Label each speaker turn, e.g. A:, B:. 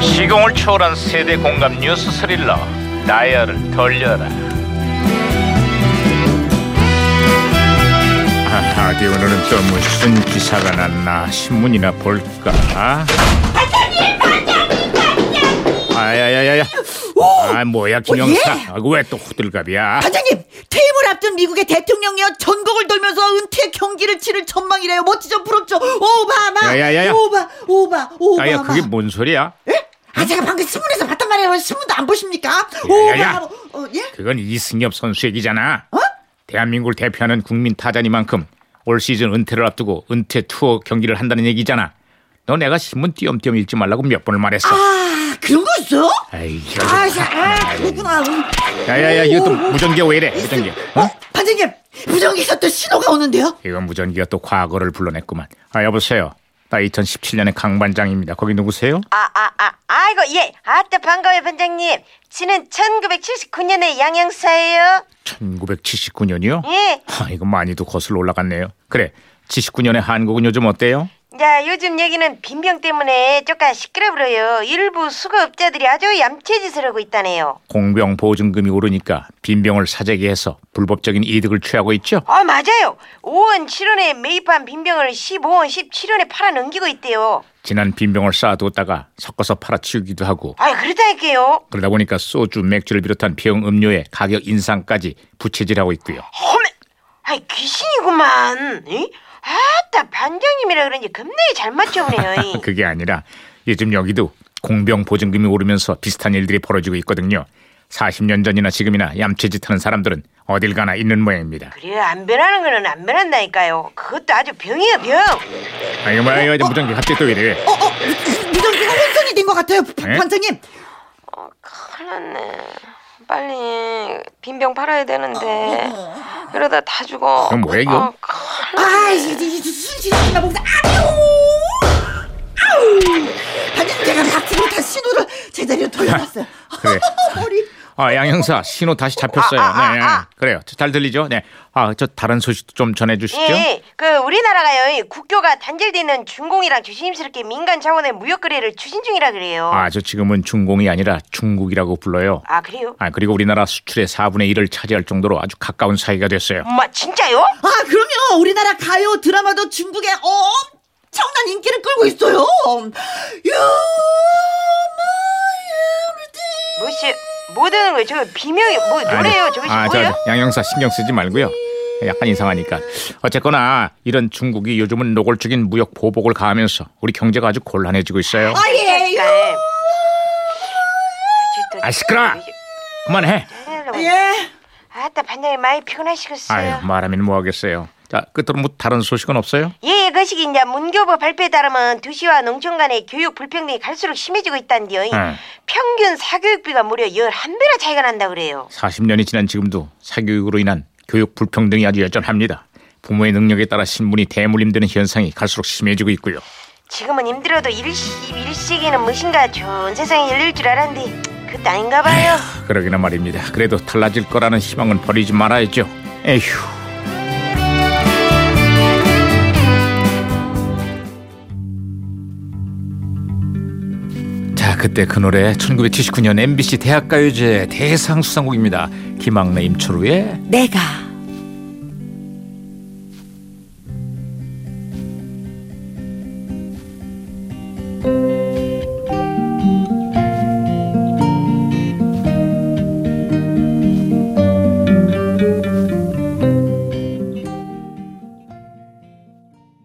A: 시공을 초월한 세대 공감 뉴스 스릴러 다이얼을 돌려라 아, 어디 오늘은 또 무슨 기사가 났나 신문이나 볼까 아야야야야 아 뭐야 김영사
B: 예.
A: 아, 왜또 호들갑이야
B: 반장님 퇴임을 앞둔 미국의 대통령이요 전국을 돌면서 은퇴 경기를 치를 전망이래요 멋지죠 부럽죠 오바마
A: 야, 야, 야, 야.
B: 오바 오바 오바마
A: 아야 그게 뭐- 뭔 소리야
B: 예? 아 제가 방금 신문에서 봤단 말이에요 신문도 안 보십니까
A: 야, 야.
B: 오바마 어, 예?
A: 그건 이승엽 선수 얘기잖아.
B: 어?
A: 대한민국을 대표하는 국민 타자니만큼 올 시즌 은퇴를 앞두고 은퇴 투어 경기를 한다는 얘기잖아. 너 내가 신문 띄엄띄엄 읽지 말라고 몇 번을 말했어.
B: 아 그런 거 있어요?
A: 에이, 이거
B: 아,
A: 좀-
B: 자, 아 그렇구나
A: 야야야 이거 또
B: 오, 오, 오.
A: 무전기가 왜 이래? 무전기.
B: 어?
A: 어?
B: 반장님 무전기에서 또 신호가 오는데요
A: 이거 무전기가 또 과거를 불러냈구만. 아 여보세요. 나 2017년의 강 반장입니다. 거기 누구세요?
C: 아, 아, 아, 아이고, 예. 아따, 반가워요, 반장님. 지는 1979년에 양양사예요.
A: 1979년이요?
C: 예.
A: 아, 이거 많이도 거슬러 올라갔네요. 그래. 79년의 한국은 요즘 어때요?
C: 자, 요즘 여기는 빈병 때문에 조금 시끄러워요. 일부 수거업자들이 아주 얌체짓을 하고 있다네요.
A: 공병 보증금이 오르니까 빈병을 사재기 해서 불법적인 이득을 취하고 있죠.
C: 아, 맞아요. 5원 7원에 매입한 빈병을 15원 17원에 팔아 넘기고 있대요.
A: 지난 빈병을 쌓아두었다가 섞어서 팔아치우기도 하고
C: 아, 그렇다니까요.
A: 그러다 보니까 소주, 맥주를 비롯한 비용 음료의 가격 인상까지 부채질하고 있고요.
C: 어메, 아, 귀신이구만. 이? 아따, 반장님이라 그런지 겁나게 잘 맞춰보네요. 이.
A: 그게 아니라 요즘 여기도 공병 보증금이 오르면서 비슷한 일들이 벌어지고 있거든요. 40년 전이나 지금이나 얌체짓하는 사람들은 어딜 가나 있는 모양입니다.
C: 그래 안 변하는 거는 안 변한다니까요. 그것도 아주 병이에요 병.
A: 아이고 뭐야 이거 무전기 갑자기 또 이래.
B: 어, 어, 무- 무전기가 혼선이 된 것 같아요 바-
A: 예?
B: 반장님
C: 큰일 났네. 빨리 빈병 팔아야 되는데 그러다 다 죽어.
A: 그럼 뭐야, 이거?
C: 아, 큰일
B: 아, 순식간에 목사 아우! 아우! 반장님 제가 막지 못한 신호를 제대로 돌려놨어요.
A: 그래.
B: 머리.
A: 아, 양 형사 신호 다시 잡혔어요.
C: 아, 아, 아,
A: 네, 네.
C: 아.
A: 그래요. 저잘 들리죠? 네. 아, 저 다른 소식 좀 전해 주시죠.
C: 예, 그 우리나라가요 이 국교가 단절되는 중공이랑 조심스럽게 민간 자원의 무역 거래를 추진 중이라 그래요.
A: 아, 저 지금은 중공이 아니라 중국이라고 불러요.
C: 아, 그래요?
A: 아, 그리고 우리나라 수출의 4분의 1을 차지할 정도로 아주 가까운 사이가 됐어요.
C: 엄마 진짜요?
B: 아, 그럼요. 우리나라 가요 드라마도 중국에 엄청난 인기를 끌고 있어요. 요.
C: 뭐시 뭐되는 거예요? 저거 비명이 뭐 노래예요? 저거
A: 아, 저,
C: 뭐예요?
A: 양형사 신경 쓰지 말고요. 약간 이상하니까. 어쨌거나 이런 중국이 요즘은 노골적인 무역 보복을 가하면서 우리 경제가 아주 곤란해지고 있어요.
B: 아, 예. 요.
C: 네.
A: 아, 시끄러워. 그만해.
B: 예.
C: 아따 반장님 많이 피곤하시겠어요.
A: 아유, 말하면 뭐 하겠어요. 자, 끝으로 뭐 다른 소식은 없어요?
C: 예, 그 시기 이제 문교부 발표에 따르면 도시와 농촌 간의 교육 불평등이 갈수록 심해지고 있다는데요.
A: 응.
C: 평균 사교육비가 무려 11배나 차이가 난다 그래요.
A: 40년이 지난 지금도 사교육으로 인한 교육 불평등이 아주 여전합니다. 부모의 능력에 따라 신분이 대물림되는 현상이 갈수록 심해지고 있고요.
C: 지금은 힘들어도 21세기는 무엇인가 좋은 세상이 열릴 줄 알았는데 그것도 아닌가 봐요.
A: 그러기나 말입니다. 그래도 달라질 거라는 희망은 버리지 말아야죠. 에휴. 자, 그때 그 노래 1979년 MBC 대학가요제 대상 수상곡입니다. 김학래 임철우의
B: 내가